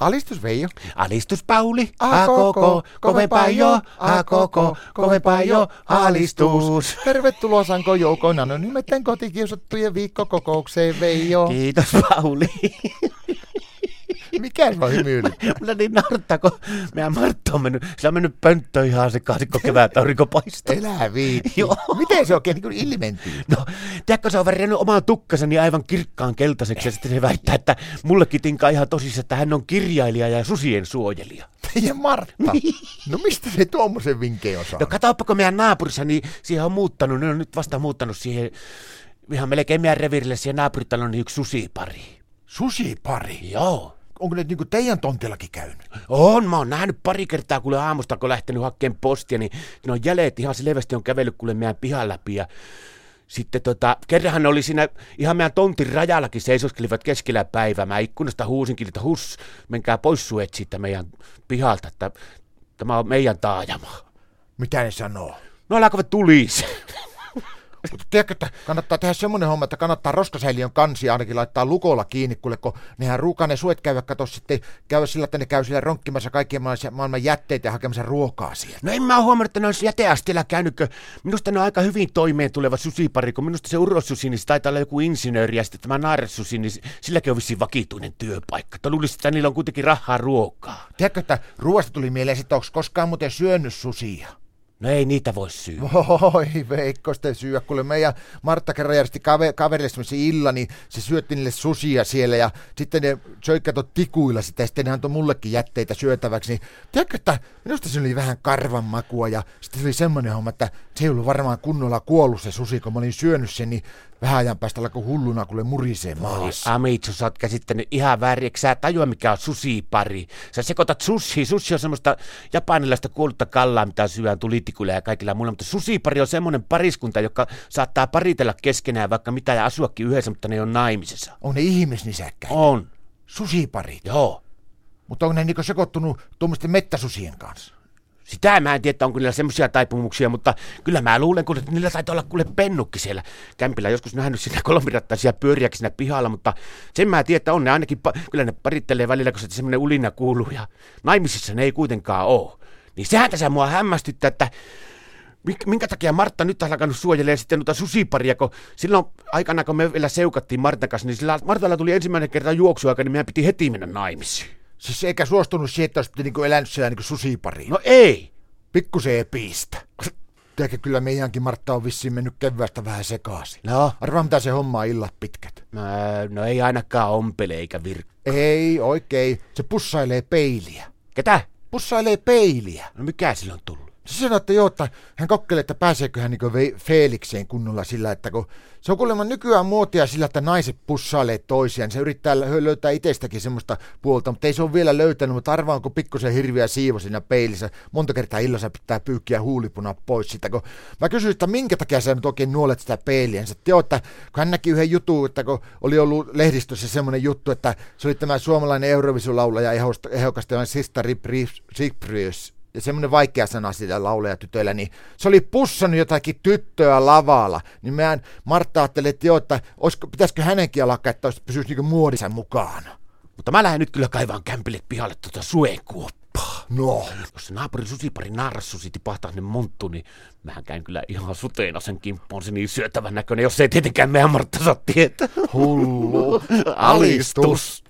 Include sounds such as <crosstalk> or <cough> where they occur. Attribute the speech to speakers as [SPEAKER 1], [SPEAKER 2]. [SPEAKER 1] Alistus Veijo.
[SPEAKER 2] Alistus Pauli,
[SPEAKER 1] A
[SPEAKER 2] a
[SPEAKER 1] koko,
[SPEAKER 2] koko, kovempaa jo,
[SPEAKER 1] A
[SPEAKER 2] a koko, kovempaa jo, alistus.
[SPEAKER 1] Tervetuloa Sanko Joukona, no nimeten kotikiusattujen viikkokokoukseen Veijo.
[SPEAKER 2] Kiitos Pauli. <laughs>
[SPEAKER 1] Mikä se on hymyily?
[SPEAKER 2] Mulla niin narttaa, kun meidän Martta on mennyt, sillä on mennyt pönttö ihan sekaisin, kun kevät aurinko paistaa.
[SPEAKER 1] Elä viitti.
[SPEAKER 2] Joo.
[SPEAKER 1] Miten se oikein niin kuin ilmentyy?
[SPEAKER 2] No, tiedätkö, se on värjännyt oman tukkansa niin aivan kirkkaan keltaiseksi ja sitten se väittää, että mullekin tinkaa ihan tosissa, että hän on kirjailija ja susien suojelija.
[SPEAKER 1] Teidän Martta.
[SPEAKER 2] Niin.
[SPEAKER 1] No mistä se tuommoisen vinkkejä osaa?
[SPEAKER 2] No katoppa, kun meidän naapurissa, niin siihen on muuttanut, ne on nyt vasta muuttanut siihen, ihan melkein meidän revirille siihen naapuritalon niin yksi susipari.
[SPEAKER 1] Susipari.
[SPEAKER 2] Joo.
[SPEAKER 1] Onko ne niinku teidän tontillakin käynyt?
[SPEAKER 2] On, mä oon nähnyt pari kertaa, kuule aamusta, kun lähtenyt hakkeen postia, niin ne on jäljet ihan selvästi on kävellyt kuule meidän pihan läpi ja sitten tota, kerranhan ne oli siinä ihan meidän tontin rajallakin seisoskelivat keskellä päivää. Mä ikkunasta huusinkin, että hus, menkää pois suet siitä meidän pihalta, että tämä on meidän taajama.
[SPEAKER 1] Mitä ne sanoo?
[SPEAKER 2] No alkoivat tulis.
[SPEAKER 1] Mutta tiedätkö, että kannattaa tehdä semmoinen homma, että kannattaa roskasäiliön kansi ainakin laittaa lukolla kiinni, kuule, kun nehän ruukaa ne suet käydä, kato sitten käy sillä, että ne käy siellä ronkkimassa kaikkien maailman- maailman jätteitä ja hakemassa ruokaa siellä.
[SPEAKER 2] No en mä oo huomannut, että ne olisi jäteastialla käynytkö. Minusta ne on aika hyvin toimeen tuleva susipari, kun minusta se urossusi, niin se taitaa olla joku insinööri ja sitten tämä naaressusi, niin s- silläkin on vissiin vakituinen työpaikka. Että luulisi, että niillä on kuitenkin rahaa ruokaa.
[SPEAKER 1] Tiedätkö, että ruoasta tuli mieleen, että onko koskaan muuten syönyt susia?
[SPEAKER 2] No ei niitä voi syy.
[SPEAKER 1] Voi Veikko, sitä syyä. Kuule meidän Martta kerran järjesti kave, kaverille semmoisen illan, niin se syötti niille susia siellä ja sitten ne söi kato tikuilla sitä ja sitten ne antoi mullekin jätteitä syötäväksi. Niin, tiedätkö, että minusta se oli vähän karvan makua ja sitten se oli semmoinen homma, että se ei ollut varmaan kunnolla kuollut se susi, kun mä olin syönyt sen, niin vähän ajan päästä alkoi hulluna kuule murisee maassa.
[SPEAKER 2] Amitsu, sä oot käsittänyt ihan väärin, eikö sä tajua mikä on susipari? Sä sekoitat sushi, sushi on semmoista japanilaista kuollutta kallaa, mitä syödään tulitikulla ja kaikilla muilla, mutta susipari on semmoinen pariskunta, joka saattaa paritella keskenään vaikka mitä ja asuakin yhdessä, mutta ne on naimisessa.
[SPEAKER 1] On ne ihmisnisäkkäitä,
[SPEAKER 2] On.
[SPEAKER 1] susiparit,
[SPEAKER 2] Joo.
[SPEAKER 1] mutta onko ne niinku sekoittunut tuommoisten mettäsusien kanssa?
[SPEAKER 2] Sitä mä en tiedä, että onko niillä semmoisia taipumuksia, mutta kyllä mä luulen, kun että niillä taitaa olla kuule pennukki siellä kämpillä. Joskus nähnyt sitä kolmirattaisia pyöriäkin siinä pihalla, mutta sen mä tiedän, että on ne ainakin, pa- kyllä ne parittelee välillä, kun se semmoinen ulina kuuluu ja naimisissa ne ei kuitenkaan oo. Niin sehän tässä mua hämmästyttää, että Mik- Minkä takia Martta nyt on alkanut suojelemaan sitten noita susiparia, kun silloin aikana, kun me vielä seukattiin Martan kanssa, niin sillä Martalla tuli ensimmäinen kerta juoksuaika, niin meidän piti heti mennä naimisiin.
[SPEAKER 1] Siis eikä suostunut siihen, että olisi niinku elänyt siellä niinku susipariin.
[SPEAKER 2] No ei,
[SPEAKER 1] pikkusen epiistä. Tiedätkö, kyllä meidänkin Martta on vissiin mennyt keväästä vähän sekaisin.
[SPEAKER 2] No.
[SPEAKER 1] Arvaa, mitä se homma on illat pitkät.
[SPEAKER 2] No, no ei ainakaan ompele eikä virk.
[SPEAKER 1] Ei, oikein. Se pussailee peiliä.
[SPEAKER 2] Ketä?
[SPEAKER 1] Pussailee peiliä.
[SPEAKER 2] No mikä sillä on tullut?
[SPEAKER 1] Se sanoi, että joo, että hän kokeilee, että pääseekö hän niinku Ve- Feelikseen kunnolla sillä, että kun se on kuulemma nykyään muotia sillä, että naiset pussailee toisiaan. Se yrittää lö- löytää itsestäkin semmoista puolta, mutta ei se ole vielä löytänyt, mutta arvaa, onko pikkusen hirviä siivo siinä peilissä. Monta kertaa illassa pitää pyykkiä huulipuna pois sitä, kun mä kysyin, että minkä takia sä nyt oikein nuolet sitä peiliä. Hän sanoi, että joo, että kun hän näki yhden jutun, että kun oli ollut lehdistössä semmoinen juttu, että se oli tämä suomalainen Eurovision-laulaja ehokasta, Sista Riprius, ja semmoinen vaikea sana sillä laulajatytöllä, niin se oli pussannut jotakin tyttöä lavalla. Niin mehän Martta ajatteli, että joo, että olisiko, pitäisikö hänenkin alkaa, että olisi- pysyisi niinku muodissa mukana.
[SPEAKER 2] Mutta mä lähden nyt kyllä kaivaan kämpille pihalle tuota suenkuoppaa.
[SPEAKER 1] No,
[SPEAKER 2] Jos se naapurin susipari naarassusi tipahtaa sinne monttuun, niin mähän käyn kyllä ihan suteena sen kimppuun. Se niin syötävän näköinen, jos ei tietenkään meidän Martta saa tietää.
[SPEAKER 1] hullu.
[SPEAKER 2] Alistus.